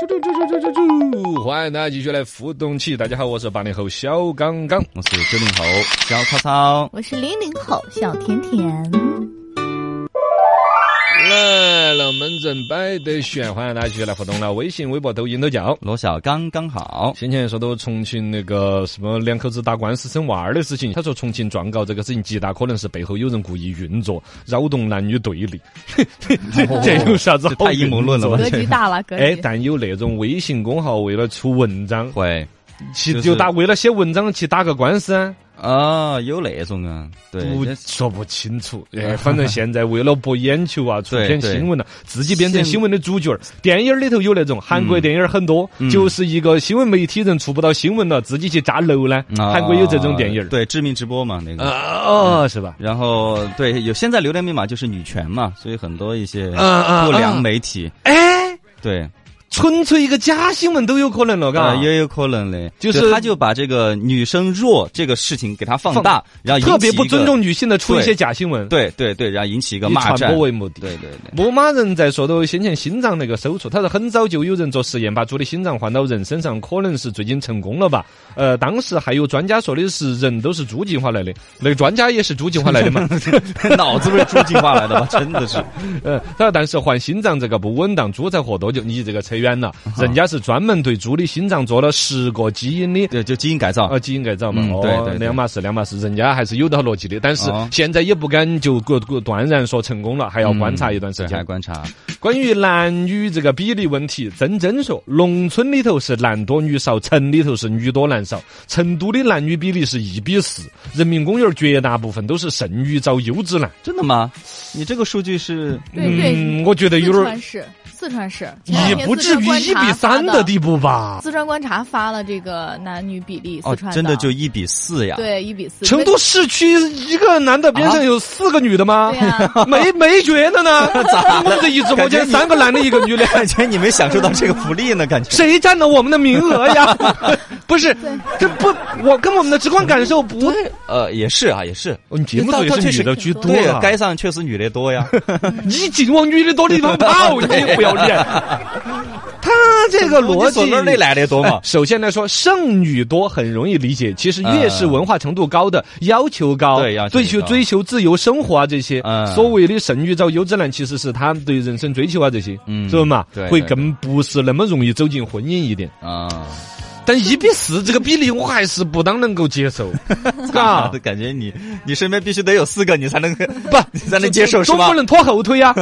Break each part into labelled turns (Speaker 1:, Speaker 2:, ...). Speaker 1: 嘟嘟嘟嘟嘟嘟嘟，欢迎大家继续来互动起。大家好，我是八零后小刚刚。
Speaker 2: 我是九零后小曹操，
Speaker 3: 我是零零后小甜甜。
Speaker 1: 来了，门阵摆得悬，欢迎大家继续来互动了。微信、微博、抖音都叫。
Speaker 2: 罗小刚刚好。
Speaker 1: 先前说到重庆那个什么两口子打官司生娃儿的事情，他说重庆状告这个事情极大可能是背后有人故意运作，扰动男女对立。 这这有啥子
Speaker 2: 这
Speaker 1: 好
Speaker 2: 哦太阴谋论了吧
Speaker 1: 运作
Speaker 3: 格局大了，格
Speaker 1: 哎，
Speaker 3: 局。
Speaker 1: 但有那种微信公号为了出文章，
Speaker 2: 会
Speaker 1: 去
Speaker 2: 就是
Speaker 1: 就打为了写文章去打个官司啊，
Speaker 2: 啊，有那种啊，对，
Speaker 1: 不
Speaker 2: 这
Speaker 1: 说不清楚。哎，反正现在为了博眼球 啊，出
Speaker 2: 对
Speaker 1: 篇
Speaker 2: 对
Speaker 1: 新闻了，自己变成
Speaker 2: 现
Speaker 1: 新闻的主角儿。电影儿里头有那种，韩国
Speaker 2: 嗯
Speaker 1: 电影儿很多，
Speaker 2: 嗯
Speaker 1: 就是一个新闻媒体人出不到新闻了，自己去炸楼呢。
Speaker 2: 啊
Speaker 1: 韩国有这种电影儿。
Speaker 2: 对，嗯致命直播嘛那个。
Speaker 1: 啊，哦，是吧？
Speaker 2: 然后对，有现在流量密码就是女权嘛，所以很多一些
Speaker 1: 嗯嗯
Speaker 2: 不良媒体，
Speaker 1: 哎，
Speaker 2: 对，
Speaker 1: 纯粹一个假新闻都有可能了，嘎
Speaker 2: 啊，。也有可能嘞，
Speaker 1: 就是
Speaker 2: 他就把这个女生弱这个事情给它放大，然后啊引起
Speaker 1: 特别不
Speaker 2: 一个
Speaker 1: 尊，重女性的出一
Speaker 2: 对
Speaker 1: 些假新闻，
Speaker 2: 对对对，然后引起一个
Speaker 1: 以
Speaker 2: 骂
Speaker 1: 传
Speaker 2: 战
Speaker 1: 播，为目的。
Speaker 2: 对对对，
Speaker 1: 牧马人在说到先前心脏那个手术，他说很早就有人做实验，把猪的心脏换到人身上，可能是最近成功了吧？呃，当时还有专家说的是人都是猪进化来的，那个专家也是猪进化来 的嘛。
Speaker 2: 脑子不是猪进化来的吗？真 的是，
Speaker 1: 呃，他说但是换心脏这个不稳当，猪才活多久？你这个扯远了，
Speaker 2: 啊
Speaker 1: 人家是专门对猪的心脏做了十个基因的。
Speaker 2: 对，就基因改造，
Speaker 1: 啊，基因改造嘛，
Speaker 2: 嗯
Speaker 1: 哦，
Speaker 2: 对对对
Speaker 1: 两码事，两码事，人家还是有道逻辑的，但是
Speaker 2: 哦
Speaker 1: 现在也不敢就果果断然说成功了，还要观察一段时
Speaker 2: 嗯对
Speaker 1: 间
Speaker 2: 还。观察，
Speaker 1: 关于男女这个比例问题，曾真说，农村里头是男多女少，城里头是女多男少。成都的男女比例是一比四，人民公园绝大部分都是剩女找优质男。
Speaker 2: 真的吗？你这个数据是
Speaker 3: 对对，
Speaker 1: 嗯，我觉得有
Speaker 3: 四
Speaker 1: 点儿
Speaker 3: 川市，四川市
Speaker 1: 也不至于一比三的。地步吧。
Speaker 3: 四川观察发了这个男女比例，
Speaker 2: 哦
Speaker 3: 四川，
Speaker 2: 真的就一比四呀？
Speaker 3: 对一比四。
Speaker 1: 成都啊市区一个男的边上有四个女的吗
Speaker 3: 对？啊 呀，
Speaker 1: 没没觉得呢？我们这一直播间
Speaker 2: 感觉你
Speaker 1: 三个男的，一个女的。
Speaker 2: 感觉你没享受到这个福利呢，感觉。
Speaker 1: 谁占了我们的名额呀？ 不是，这不，我跟我们的直观感受不
Speaker 2: 呃，也是啊，也是。
Speaker 1: 哦你节目组也是女的居多
Speaker 2: 对
Speaker 1: 啊，
Speaker 2: 街上确实女的 多呀。
Speaker 1: 你尽往女的多的地方跑，你不要 脸。他这个逻辑
Speaker 2: 那儿那男的 多嘛
Speaker 1: 哎？首先来说，剩女多很容易理解。其实越是文化程度高的，要求高，
Speaker 2: 嗯对要求
Speaker 1: 追求
Speaker 2: 高
Speaker 1: 追求自由生活啊，这些、
Speaker 2: 嗯
Speaker 1: 所谓的剩女找优质男，其实是他对人生追求啊这些，
Speaker 2: 嗯
Speaker 1: 是不嘛？
Speaker 2: 对
Speaker 1: 会
Speaker 2: 对
Speaker 1: 更不是那么容易走进婚姻一点。
Speaker 2: 啊，
Speaker 1: 但一比四这个比例，我还是不当能够接 受，嘎
Speaker 2: 啊，。感觉你你身边必须得有四个，你才能
Speaker 1: 不，
Speaker 2: 你才能接受是
Speaker 1: 总
Speaker 2: 吧
Speaker 1: 不？能拖后腿 呀、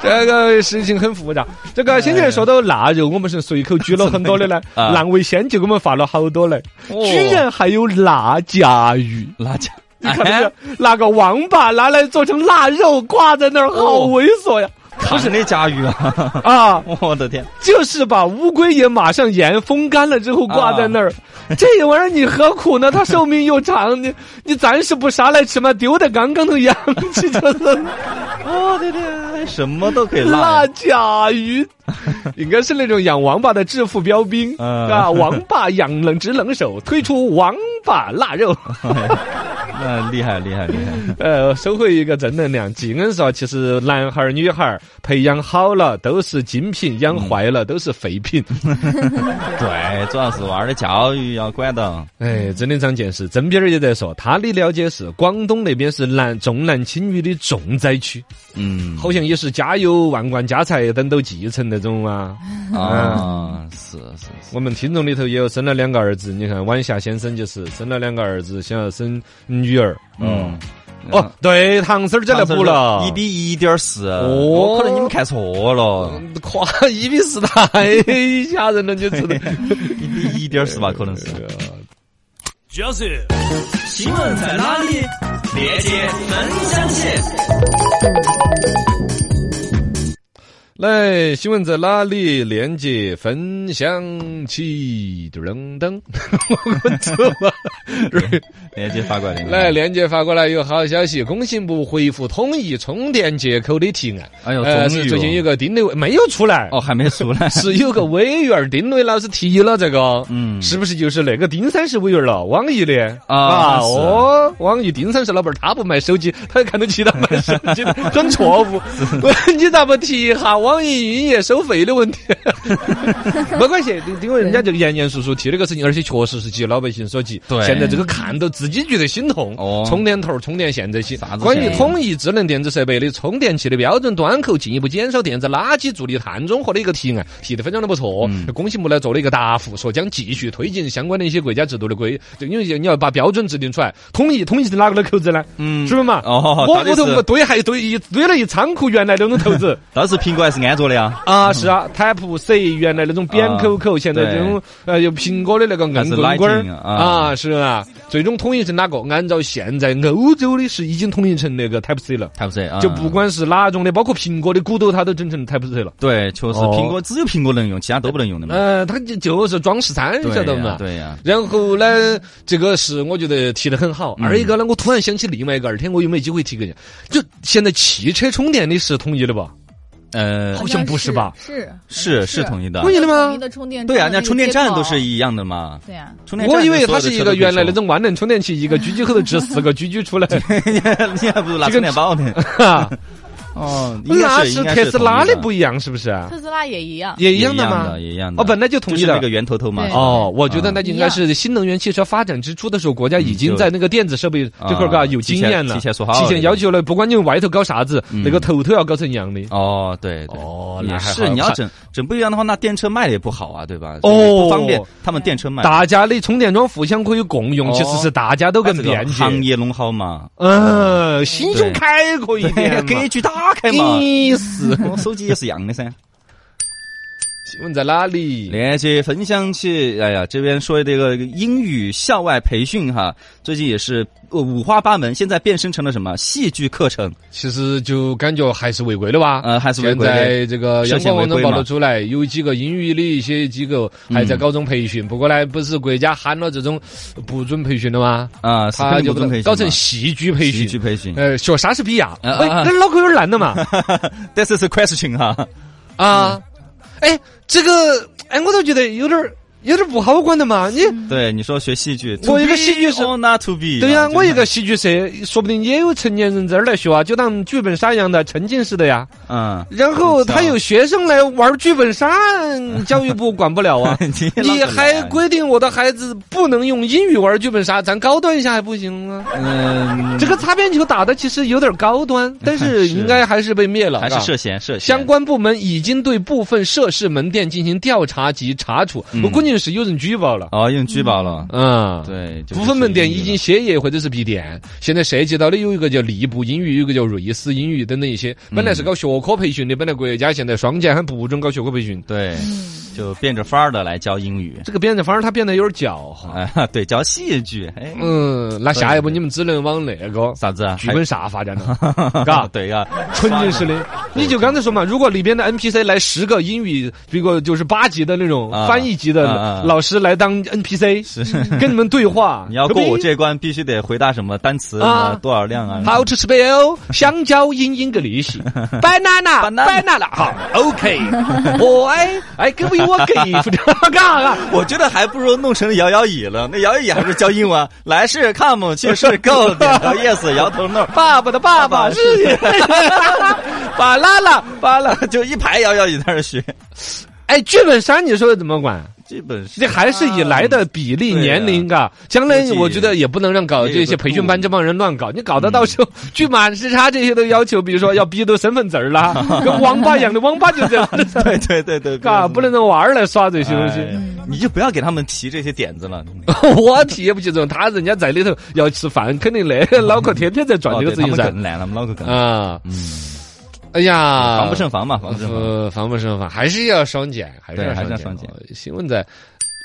Speaker 1: 这个事情很复杂。这个先前说到腊肉，我们是随口举了很多的呢。
Speaker 2: 哎呀啊
Speaker 1: 浪味仙就给我们发了好多嘞，
Speaker 2: 哦
Speaker 1: 居然还有腊甲鱼。
Speaker 2: 拉哎家，
Speaker 1: 你看这个，那个王八拿来做成腊肉，挂在那儿，好
Speaker 2: 哦
Speaker 1: 猥琐呀！
Speaker 2: 不是那家鱼啊！
Speaker 1: 啊，
Speaker 2: 我的天，
Speaker 1: 就是把乌龟也马上盐风干了之后挂在那儿，
Speaker 2: 啊
Speaker 1: 这玩意儿你何苦呢？它寿命又长，你你暂时不杀来吃嘛，丢得刚刚的洋气就是。
Speaker 2: 我的天，什么都可以
Speaker 1: 啊辣
Speaker 2: 拉。
Speaker 1: 甲鱼，应该是那种养王八的致富标兵
Speaker 2: 嗯
Speaker 1: 啊！王八养冷直冷手，推出王八腊肉，
Speaker 2: 那嗯厉害厉害厉害！
Speaker 1: 呃，收回一个正能量。静恩说，其实男孩儿女孩儿培养好了都是精品，养坏了都是废品。
Speaker 2: 对，主要是娃儿的啊教育要管到。
Speaker 1: 哎，真的长见识。曾斌儿也在说，他的了解是广东那边是男重男轻女的重灾区，
Speaker 2: 嗯，
Speaker 1: 好像也是家有万贯家财等都继承那种啊。
Speaker 2: 啊，是是是。
Speaker 1: 我们听众里头也有生了两个儿子，你看晚霞先生就是生了两个儿子，想要生女儿。
Speaker 2: 嗯，
Speaker 1: 哦，对，唐僧儿这来补了，
Speaker 2: 一比一点四。
Speaker 1: 哦
Speaker 2: 哦，可能你们看错了，
Speaker 1: 夸 一比四太吓人了，你知道。
Speaker 2: 一比一点四吧，可能
Speaker 1: 哎
Speaker 2: 是。
Speaker 4: 就是新闻在哪里？链接分享起。
Speaker 1: 来，新闻在哪里？链接分享起，噔噔， 我走了。
Speaker 2: 连接发过来。
Speaker 1: 来，，链接发过来有好消息，工信部回复统一充电接口的提案。
Speaker 2: 哎呦，
Speaker 1: 呃，
Speaker 2: 终于
Speaker 1: 是
Speaker 2: 有
Speaker 1: 最近有个丁磊没有出来
Speaker 2: 哦，还没出 来。
Speaker 1: 是有个委员丁磊老师提了这个，
Speaker 2: 嗯
Speaker 1: 是不是就是那个丁三世委员了？网易的
Speaker 2: 啊是
Speaker 1: 哦，网易丁三世老 板儿他不卖手机，他看到其他卖手机的，很错误。你咋不提一下网易云音乐收费的问题， 没关系，因为人家这个严严肃肃提这个事情，而且确实是急老百姓所急。
Speaker 2: 对
Speaker 1: 现在这个看到自己觉得心痛。
Speaker 2: 哦
Speaker 1: 充电头、充电线这些
Speaker 2: 啥，子啊
Speaker 1: 关于
Speaker 2: 线
Speaker 1: 统一智能电子设备的充电器的标准端口，进一步减少电子垃圾助力碳中和的一个提案，提得非常的不错。
Speaker 2: 嗯
Speaker 1: 工信部呢做了一个答复，说将继续推进相关的一些国家制度的规，就因为你要把标准制定出来，统一统一是哪个的口子呢？
Speaker 2: 嗯
Speaker 1: 是不是嘛？
Speaker 2: 哦
Speaker 1: 我
Speaker 2: 到底
Speaker 1: 屋头
Speaker 2: 是
Speaker 1: 我堆还堆一堆了一仓库原来的那种头 子。
Speaker 2: 到底是苹果还是安卓的呀？
Speaker 1: 啊，是啊，Type C 原来那种扁口口，现在这种呃有苹果的那个
Speaker 2: 还
Speaker 1: 硬
Speaker 2: 是
Speaker 1: 棍棍
Speaker 2: 啊 Lightning
Speaker 1: 儿
Speaker 2: 啊
Speaker 1: 啊，是啊，最终统一成哪个？按照现在欧洲的是已经统一成那个 Type C 了，
Speaker 2: 还不是啊？
Speaker 1: 就不管是哪种的，包括苹果的骨头，它都整成 Type C 了。
Speaker 2: 对，确实
Speaker 1: 哦
Speaker 2: 苹果只有苹果能用，其他都不能用的嘛。
Speaker 1: 呃，它就就是装饰摊，
Speaker 2: 对
Speaker 1: 晓得
Speaker 2: 呀
Speaker 1: 嘛？
Speaker 2: 嗯对呀，
Speaker 1: 然后呢，这个是我觉得提的很好。
Speaker 2: 嗯
Speaker 1: 二一个呢，我突然想起另外一个，二天我有没有机会提给你？就现在汽车充电的是统一的吧？
Speaker 2: 呃
Speaker 1: 好，像不是吧
Speaker 3: 是
Speaker 2: 是啊是统一的
Speaker 1: 不。是的吗啊
Speaker 3: 统一的充电
Speaker 2: 对呀，
Speaker 3: 呀，
Speaker 2: 那充电站都是一样的嘛。
Speaker 3: 对啊呀，
Speaker 2: 充电站
Speaker 1: 我以为
Speaker 2: 所有
Speaker 1: 它
Speaker 2: 的
Speaker 1: 是一
Speaker 2: 车
Speaker 1: 个
Speaker 2: 都可以
Speaker 1: 原来那
Speaker 2: 充，
Speaker 1: 种万能充电器，一个狙击口头掷四个狙击出 来。
Speaker 2: 你还不如拿
Speaker 1: 这个
Speaker 2: 充电宝呢。
Speaker 1: 哈，
Speaker 2: 哦，应
Speaker 1: 那
Speaker 2: 该
Speaker 1: 是
Speaker 2: 应该
Speaker 1: 特斯拉的
Speaker 2: 统一
Speaker 1: 不一样，是不是啊？
Speaker 3: 特斯拉也一样。
Speaker 1: 也
Speaker 2: 也
Speaker 1: 一样的吗
Speaker 2: 的，？也一样的。
Speaker 1: 哦，本来就统
Speaker 2: 就
Speaker 1: 一
Speaker 2: 是
Speaker 1: 的
Speaker 2: 那个。源头头嘛
Speaker 3: 对。
Speaker 1: 哦，我觉得
Speaker 2: 嗯
Speaker 1: 那就应该是新能源汽车发展之初的时候，国家已经
Speaker 2: 就
Speaker 1: 在那个电子设备这块儿嘎
Speaker 2: 嗯啊
Speaker 1: 有
Speaker 2: 提
Speaker 1: 经
Speaker 2: 前
Speaker 1: 验了，
Speaker 2: 提前说好
Speaker 1: 提
Speaker 2: 了
Speaker 1: 前要求了，不管你外头搞啥子，
Speaker 2: 嗯
Speaker 1: 那个头头要搞成一样的。
Speaker 2: 哦，对对，
Speaker 1: 哦那
Speaker 2: 也
Speaker 1: 还
Speaker 2: 是
Speaker 1: 好
Speaker 2: 你要
Speaker 1: 看
Speaker 2: 整整不一样的话，那电车卖的也不好啊，对吧？
Speaker 1: 哦
Speaker 2: 不方便，他们电车卖，
Speaker 1: 大家的充电桩互相可以共用，
Speaker 2: 哦
Speaker 1: 其实是大家都
Speaker 2: 把
Speaker 1: 更
Speaker 2: 这个
Speaker 1: 便
Speaker 2: 行
Speaker 1: 捷。
Speaker 2: 业弄好嘛，
Speaker 1: 嗯，心胸开阔一 点嘛，
Speaker 2: 格局打开嘛。
Speaker 1: 意思。
Speaker 2: 我手机也是一样的噻。
Speaker 1: 新闻在哪里？
Speaker 2: 连接分享起，哎呀，这边说这个英语校外培训哈，最近也是呃五花八门，现在变身成了什么戏剧课程？
Speaker 1: 其实就感觉还是违规的吧？
Speaker 2: 呃还是违
Speaker 1: 现
Speaker 2: 规的
Speaker 1: 在这个
Speaker 2: 涉
Speaker 1: 阳
Speaker 2: 嫌
Speaker 1: 光网
Speaker 2: 违
Speaker 1: 站
Speaker 2: 规
Speaker 1: 暴
Speaker 2: 嘛
Speaker 1: 露出来，有几个英语的一些机构还在搞这种培
Speaker 2: 嗯
Speaker 1: 训。不过呢，不是国家喊了这种呃不准培训的吗？
Speaker 2: 啊，是
Speaker 1: 他
Speaker 2: 肯
Speaker 1: 就
Speaker 2: 定不准培训嘛
Speaker 1: 搞成戏剧培
Speaker 2: 戏
Speaker 1: 训
Speaker 2: 剧。培训。
Speaker 1: 呃，学莎士比亚，
Speaker 2: 啊啊
Speaker 1: 哎，
Speaker 2: 啊
Speaker 1: 那脑壳有点烂了 嘛
Speaker 2: This is a question 哈，
Speaker 1: 啊！哎，这个哎，我都觉得有点儿有点儿不好管的嘛。你
Speaker 2: 对你说学戏剧，
Speaker 1: 我一个戏剧是
Speaker 2: o not to be，
Speaker 1: 对呀，
Speaker 2: 啊
Speaker 1: 我一 个戏剧社，说不定也有成年人在那儿来学啊，就当剧本杀一样的沉浸式的呀。
Speaker 2: 嗯，。
Speaker 1: 然后他有学生来玩剧本杀，教育部管不了啊
Speaker 2: 你
Speaker 1: 你
Speaker 2: 浪费
Speaker 1: 还
Speaker 2: 了啊
Speaker 1: 规定我的孩子不能用英语玩剧本杀，咱高端一下还不行吗？
Speaker 2: 嗯，
Speaker 1: 这个擦边球打的其实有点高端，但是
Speaker 2: 是
Speaker 1: 应该还是被灭了，
Speaker 2: 还是
Speaker 1: 吧
Speaker 2: 涉嫌涉嫌
Speaker 1: 相关部门已经对部分涉事门店进行调查及查处，
Speaker 2: 嗯
Speaker 1: 我估计是有人举报了。
Speaker 2: 哦，用举报了，
Speaker 1: 嗯，。
Speaker 2: 对，就
Speaker 1: 部
Speaker 2: 是
Speaker 1: 分门店已
Speaker 2: 属于
Speaker 1: 经歇业或者是闭店。现在涉及到的有一个叫利布英语，有一个叫瑞思英语等等一些，本来是搞学科培训的，本来国家现在双减还不准搞学科培训。
Speaker 2: 对，
Speaker 1: 嗯
Speaker 2: 就变着法儿的来教 英语，
Speaker 1: 这个变得反而它变得有点狡猾。
Speaker 2: 哎，对，教戏剧，哎，
Speaker 1: 嗯，那下一步你们只能往那个
Speaker 2: 啥子啊？
Speaker 1: 剧本杀发展 了，
Speaker 2: 还，。
Speaker 1: 嘎
Speaker 2: 对呀，
Speaker 1: 纯净式的，你就刚才说嘛，如果里边的 NPC 来十个英语，这个就是八级的那种
Speaker 2: 啊
Speaker 1: 翻译级
Speaker 2: 啊
Speaker 1: 的
Speaker 2: 啊
Speaker 1: 老师来当 NPC，跟你们对话。
Speaker 2: 你要过我这关，必须得回答什么单词
Speaker 1: 啊
Speaker 2: 啊，多少量啊？
Speaker 1: How to spell 香蕉 in English banana banana 好 OK 我哎 I I give you a gift 干啥？
Speaker 2: 我觉得还不如弄成摇摇椅了，那摇摇椅还不是教英文？来是 come，去是 go，点 头 yes，摇头 no，
Speaker 1: 爸爸的爸爸
Speaker 2: 爸 爸
Speaker 1: 是你，巴拉拉巴拉。
Speaker 2: 就一排摇摇椅在那儿学，
Speaker 1: 哎，剧本杀你说怎么管？
Speaker 2: 基本是
Speaker 1: 这还是以来的比例、
Speaker 2: 啊
Speaker 1: 年龄啊，将来
Speaker 2: 估计
Speaker 1: 我觉得也不能让搞
Speaker 2: 也有
Speaker 1: 这
Speaker 2: 个
Speaker 1: 些培训班
Speaker 2: 度，
Speaker 1: 这帮人乱搞，你搞得到时候 去马时差这些都要求，比如说要逼都身份证儿啦， 跟网吧一样的网吧就这 样的
Speaker 2: 对对对对，
Speaker 1: 嘎，不能让娃儿来耍这些东西。
Speaker 2: 哎你就不要给他们提这些点子了。
Speaker 1: 我体验不起这种，他人家在里头要吃饭，肯定那个 脑壳天天在 转这个事情
Speaker 2: 哦对他们
Speaker 1: 噻
Speaker 2: 梗来了，我们脑壳梗，嗯
Speaker 1: 啊。哎呀，
Speaker 2: 防不胜防嘛，防不胜防。
Speaker 1: 呃，防不胜防，还是要双减，还是
Speaker 2: 对
Speaker 1: 要
Speaker 2: 还是要
Speaker 1: 双
Speaker 2: 双
Speaker 1: 减哦
Speaker 2: 减。
Speaker 1: 新闻在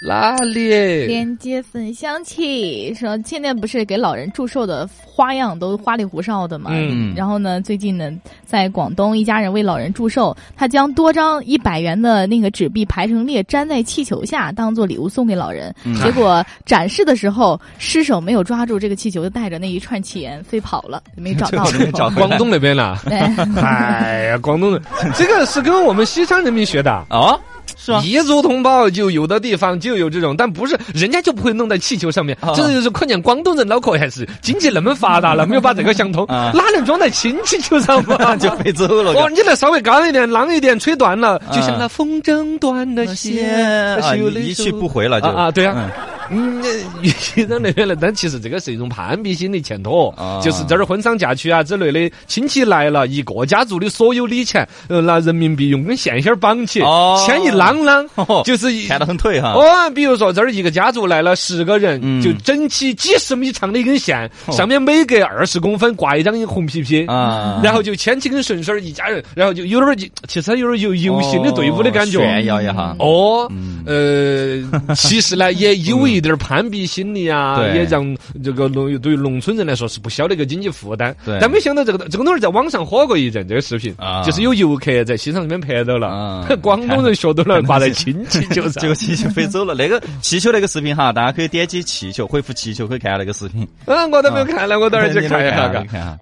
Speaker 1: 哪里？
Speaker 3: 连接粉香气说，现在不是给老人祝寿的花样都花里胡哨的嘛？
Speaker 1: 嗯
Speaker 3: 然后呢，最近呢，在广东一家人为老人祝寿，他将多张一百元的那个纸币排成列，粘在气球下，当做礼物送给老人。结果展示的时候，失手没有抓住这个气球，就带着那一串气炎飞跑了，没找到
Speaker 2: 就没找
Speaker 3: 最后。。
Speaker 1: 啊广东 那边啦
Speaker 3: 对，
Speaker 1: 哎呀，广东人，这个是跟我们西昌人民学的。
Speaker 2: 哦，是啊
Speaker 1: 彝族同胞就有的地方就有这种，但不是人家就不会弄在气球上面，
Speaker 2: 啊
Speaker 1: 这就是可见广东人脑壳还是经济那么发达了，没有把这个想通，
Speaker 2: 啊
Speaker 1: 哪能装在氢气球上 嘛？
Speaker 2: 就飞走了
Speaker 1: 哦，
Speaker 2: 个。
Speaker 1: 你那稍微高一点、浪一点，吹断了，
Speaker 2: 啊
Speaker 1: 就像那风筝断了线，
Speaker 2: 啊，
Speaker 1: 是有那
Speaker 2: 你一
Speaker 1: 首
Speaker 2: 去不回了就
Speaker 1: 啊啊，对啊
Speaker 2: 嗯。
Speaker 1: 嗯，与其让那边来，但其实这个是一种攀比心理欠妥
Speaker 2: 啊，
Speaker 1: 就是这儿婚丧嫁娶啊之类的，亲戚来了，一个家族的所有礼钱，呃，拿人民币用根线线儿绑起
Speaker 2: 哦，
Speaker 1: 牵一啷啷
Speaker 2: 哦，
Speaker 1: 就是一
Speaker 2: 开得很腿哈。
Speaker 1: 哦，比如说这儿一个家族来了十个人，
Speaker 2: 嗯
Speaker 1: 就整起几十米长的一根线，
Speaker 2: 哦
Speaker 1: 上面每隔二十公分挂一张红皮皮，
Speaker 2: 啊，
Speaker 1: 然后就牵起根绳绳儿，一家人，然后就有点儿就其实有点儿有游行的队伍的感觉。
Speaker 2: 哦炫耀一下。
Speaker 1: 哦
Speaker 2: 嗯，
Speaker 1: 呃，其实呢，也有一点儿攀比心理啊，
Speaker 2: 对
Speaker 1: 也让这个农对于农村人来说是不小的一个经济负担。
Speaker 2: 对
Speaker 1: 但没想到这个这个东西在网上火过一阵，这个视频
Speaker 2: 啊
Speaker 1: 就是有游客在西藏那边拍到了
Speaker 2: 啊，
Speaker 1: 广东人学到了，挂在亲戚就
Speaker 2: 结
Speaker 1: 上
Speaker 2: 果。气球飞走了。那个气球那个视频哈，大家可以点击气球恢复气球，可以看下那个视频。
Speaker 1: 嗯，我都没有看了，我等会儿去看一 下。嘎
Speaker 2: 你看啊，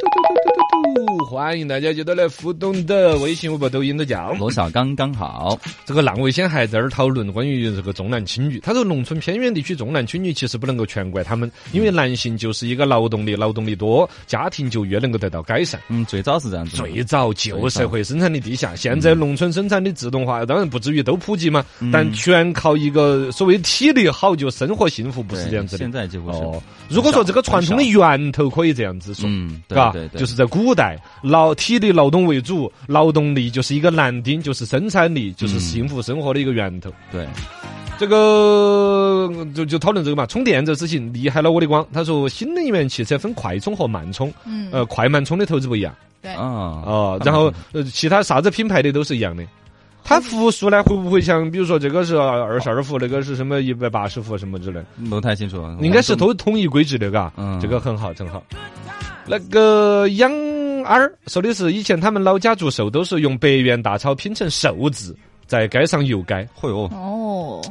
Speaker 1: 嘟嘟嘟嘟嘟，欢迎大家就到来互动的微信、微博、抖音都叫。
Speaker 2: 罗小刚刚好。
Speaker 1: 这个浪味仙还在这儿讨论关于这个重男轻女。他说，农村偏远地区重男轻女其实不能够全怪他们，因为男性就是一个劳动力，劳动力多，家庭就越能够得到改善。
Speaker 2: 嗯，最早是这样子的。
Speaker 1: 最早旧社会生产力低下，现在农村生产的自动化当
Speaker 2: 嗯
Speaker 1: 然不至于都普及嘛，但全靠一个所谓体力好就生活幸福，不是
Speaker 2: 对
Speaker 1: 这样子的
Speaker 2: 嗯现。在就不是。
Speaker 1: 哦，如果说这个传统的源头可以这样子说，
Speaker 2: 嗯，对
Speaker 1: 嘎
Speaker 2: 对对，
Speaker 1: 就是在古代，劳体力劳动为主，劳动力就是一个男丁，就是生产力，就是
Speaker 2: 嗯
Speaker 1: 幸福生活的一个源头。
Speaker 2: 对。
Speaker 1: 这个就就讨论这个嘛，充电这事情厉害了我的光。他说，新能源汽车分快充和慢充，
Speaker 3: 嗯，
Speaker 1: 呃，快慢充的投资不一样
Speaker 3: 对，
Speaker 2: 啊
Speaker 1: 哦，然后呃，其他啥子品牌的都是一样的。它伏数呢，会不会像比如说这个是二十二伏，那个是什么一百八十伏什么之类？
Speaker 2: 不太清楚，
Speaker 1: 应该是都统一规制的，嘎，
Speaker 2: 嗯
Speaker 1: 这个很好，很好。那个杨二说的是，以前他们老家做寿都是用百元大钞拼成寿字，在街上游街，
Speaker 2: 会哦，
Speaker 3: 哦，
Speaker 2: 哦，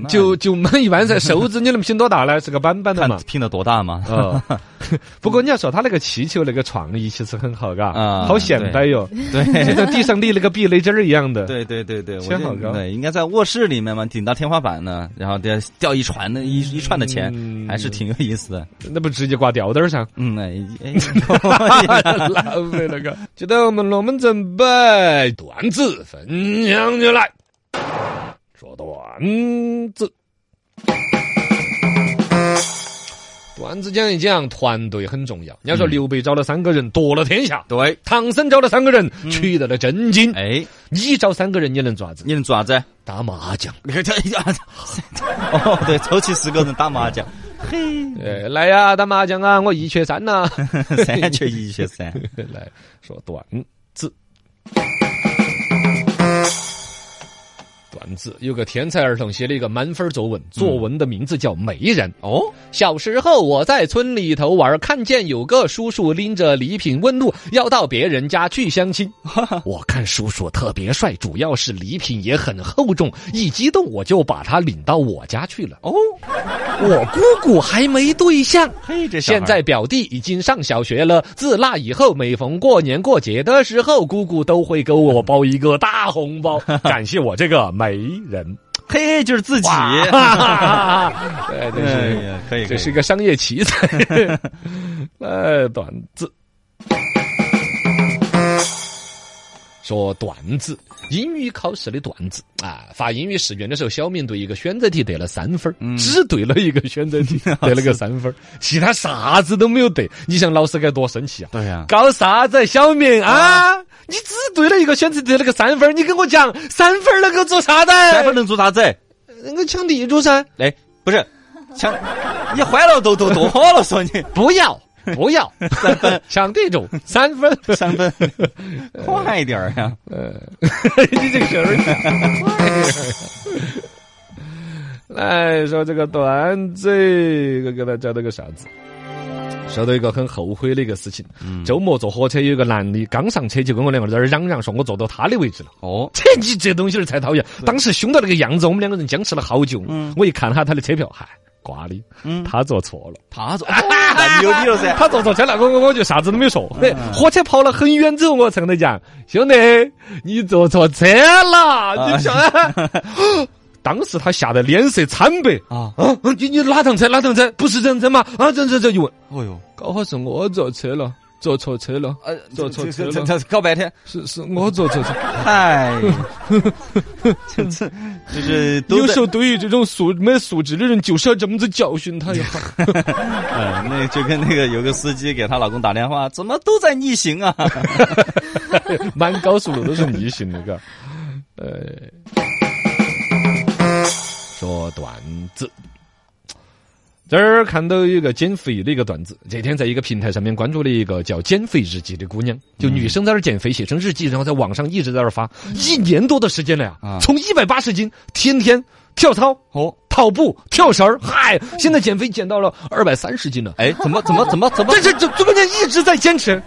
Speaker 2: 那
Speaker 1: 就就满一万噻，寿字你能拼多大呢？是个板板的
Speaker 2: 看
Speaker 1: 嘛。
Speaker 2: 拼的多大嘛。
Speaker 1: 哦， 不过你要说他那个气球那个创意其实很好，嘎，
Speaker 2: 啊
Speaker 1: 好现代哟，
Speaker 2: 对
Speaker 1: 就在地上立了个避雷针儿一样的。
Speaker 2: 对对对对，我
Speaker 1: 天
Speaker 2: 觉
Speaker 1: 好
Speaker 2: 得
Speaker 1: 高
Speaker 2: 对，应该在卧室里面嘛，顶到天花板呢，然后掉掉一船的一一串的钱，
Speaker 1: 嗯
Speaker 2: 还是挺有意思的。
Speaker 1: 那不直接挂吊带儿上？
Speaker 2: 嗯，哎 哎，
Speaker 1: 浪费了个。就到我们龙门阵北段子分享起来，说段子。段子讲一讲，团队很重要。你要说刘备找了三个人夺了天下，
Speaker 2: 对，
Speaker 1: 嗯唐僧找了三个人取得了真经，
Speaker 2: 哎，
Speaker 1: 你找三个人你能做啥子？
Speaker 2: 你能做啥 子？
Speaker 1: 打麻将。
Speaker 2: 你看这，哦，对，凑齐十个人打麻 将，
Speaker 1: 哎，来呀，打麻将啊！我一缺三呐、
Speaker 2: 三缺一缺三。
Speaker 1: 来说段子。段子有个天才儿童写了一个满分作文，作文的名字叫《媒人》。
Speaker 2: 哦，
Speaker 1: 小时候我在村里头玩，看见有个叔叔拎着礼品问路，要到别人家去相亲。我看叔叔特别帅，主要是礼品也很厚重，一激动我就把他领到我家去了。
Speaker 2: 哦，
Speaker 1: 我姑姑还没对象，
Speaker 2: 嘿，这小孩
Speaker 1: 现在表弟已经上小学了，自那以后，每逢过年过节的时候，姑姑都会给我包一个大红 包，感谢我这个媒人。
Speaker 2: 嘿就是自己，
Speaker 1: 哈哈哈对，这
Speaker 2: 哎
Speaker 1: 是
Speaker 2: 呀，可以，
Speaker 1: 这是一
Speaker 2: 可
Speaker 1: 个商业奇 才。呃，段子。说段子，英语考试的段子啊！发英语试卷的时候，小明对一个选择题得了三分儿，只对了一个选择 题，得了个三分儿，其他啥子都没有得。你想老师该多生气啊！
Speaker 2: 以对呀，
Speaker 1: 搞啥子，小明啊？你只对了一个选择题，得了个三分儿，你跟我讲三分儿能够做啥子？
Speaker 2: 三分能做啥子？
Speaker 1: 能够抢地主噻。
Speaker 2: 哎，不是，抢，你坏了都都多好了，说你
Speaker 1: 不 要，不要，三 分，抢地主，三分。
Speaker 2: 三 分，快一点儿呀！
Speaker 1: 你这个小人儿来哎说这个段子，我给大家这个啥子？说到一个很后悔的一个事情，周末坐火车有一个男的刚上车就跟我两个在那儿嚷嚷，说我坐到他的位置了。
Speaker 2: 哦，
Speaker 1: 这嗯你这东西儿才讨厌！当时凶到那个样子，我们两个人僵持了好久。我一看哈他的车票，嗨，瓜的，
Speaker 2: 嗯，
Speaker 1: 他做错了，
Speaker 2: 他 做，那哎牛逼了噻。
Speaker 1: 他坐错车了，我我我就啥子都没
Speaker 2: 嗯
Speaker 1: 说。哎，火车跑了很远之后，我才跟他讲，兄弟，你坐错车了，你想 啊。当时他吓得脸色惨白
Speaker 2: 啊
Speaker 1: 啊！你你哪趟车哪趟车？不是认真吗？啊，认认认！一问，
Speaker 2: 哦哟，
Speaker 1: 搞好是我坐车了，坐错车了，
Speaker 2: 呃，
Speaker 1: 坐错车
Speaker 2: 这
Speaker 1: 了，
Speaker 2: 这搞半天，
Speaker 1: 是是我坐错车。
Speaker 2: 嗨，这这就是都
Speaker 1: 有
Speaker 2: 在
Speaker 1: 时，候对于这种素没素质的人，就是要这么子教训他一下。
Speaker 2: 呃，那就跟那个有个司机给她老公打电话，怎么都在逆行啊？
Speaker 1: 满高速路都是逆行的，嘎。 呃，说段子。这儿看到一个减肥的一个段子，这天在一个平台上面关注了一个叫“减肥日记”的姑娘，就女生在那儿减肥，写成日记，然后在网上一直在那儿发，一年多的时间了呀
Speaker 2: 嗯啊，
Speaker 1: 从一百八十斤，天天跳操、
Speaker 2: 哦，
Speaker 1: 跑步、跳绳儿，嗨，现在减肥减到了二百三十斤了。
Speaker 2: 哎，怎么怎么怎么怎么
Speaker 1: 但是这这关键一直在坚持啊，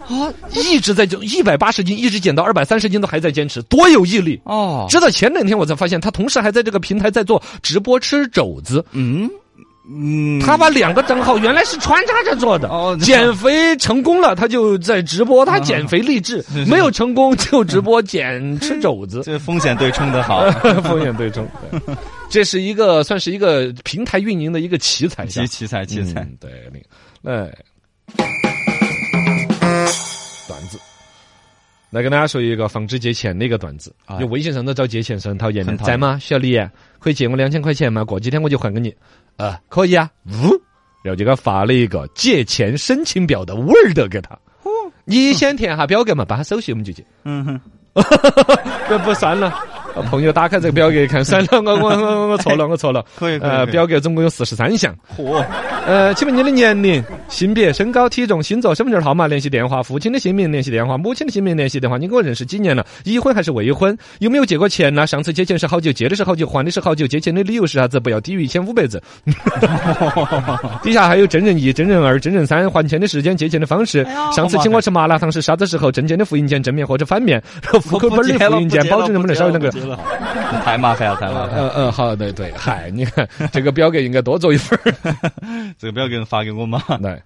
Speaker 1: 一直在就一百八十斤，一直减到二百三十斤都还在坚持，多有毅力！
Speaker 2: 哦，
Speaker 1: 直到前两天我才发现，他同时还在这个平台在做直播吃肘子，
Speaker 2: 嗯嗯，
Speaker 1: 他把两个账号原来是穿插着做的。
Speaker 2: 哦
Speaker 1: 减肥成功了，他就在直播，他减肥励志；没有成功就直播减吃肘 子。
Speaker 2: 这风险对冲的 好，
Speaker 1: 风险对冲，对这是一个算是一个平台运营的一个奇 才，
Speaker 2: 奇奇才奇才，
Speaker 1: 嗯、对，另哎，段子。来跟大家说一个纺织节前的一个段子，
Speaker 2: 哎
Speaker 1: 就微信上都找节前生，很讨厌的
Speaker 2: 很。讨厌
Speaker 1: 在吗，小李？啊可以借我两千块钱吗？过几天我就还给你。啊，可以啊。呜，然后就给他发了一个借钱申请表的 Word 给他。你先填下表格嘛，办下手续我们就借。
Speaker 2: 嗯哼，
Speaker 1: 这 不删了。呃朋友打开这个表格一看，删了，我我我我错了，我错 了。
Speaker 2: 可以可以
Speaker 1: 呃，
Speaker 2: 可以
Speaker 1: 表格总共有四十三项。
Speaker 2: 嚯，
Speaker 1: 呃，请问您的年龄、性别、身高、体重、星座、身份证号码、联系电话、父亲的姓名、联系电话、母亲的姓名、联系电话。你跟我认识几年了？已婚还是未婚？有没有借过钱呢？上次借钱是好久？借的是好久？还的是好久？借钱的理由是啥子？不要低于一千五百字。底下还有真人一、真人二、真人三，还钱的时间、借钱的方式。
Speaker 2: 呀
Speaker 1: 上次请我吃麻辣烫是啥子时候？证件的复印件正面或者反面，然后户口本的复印件，保证能不能少一两个？
Speaker 2: 太麻烦了，太麻烦
Speaker 1: 嗯
Speaker 2: 了，
Speaker 1: 嗯，好，对对，嗨，你看这个表格应该多做一份儿。
Speaker 2: 这个不要给人发给我嘛，
Speaker 1: 对，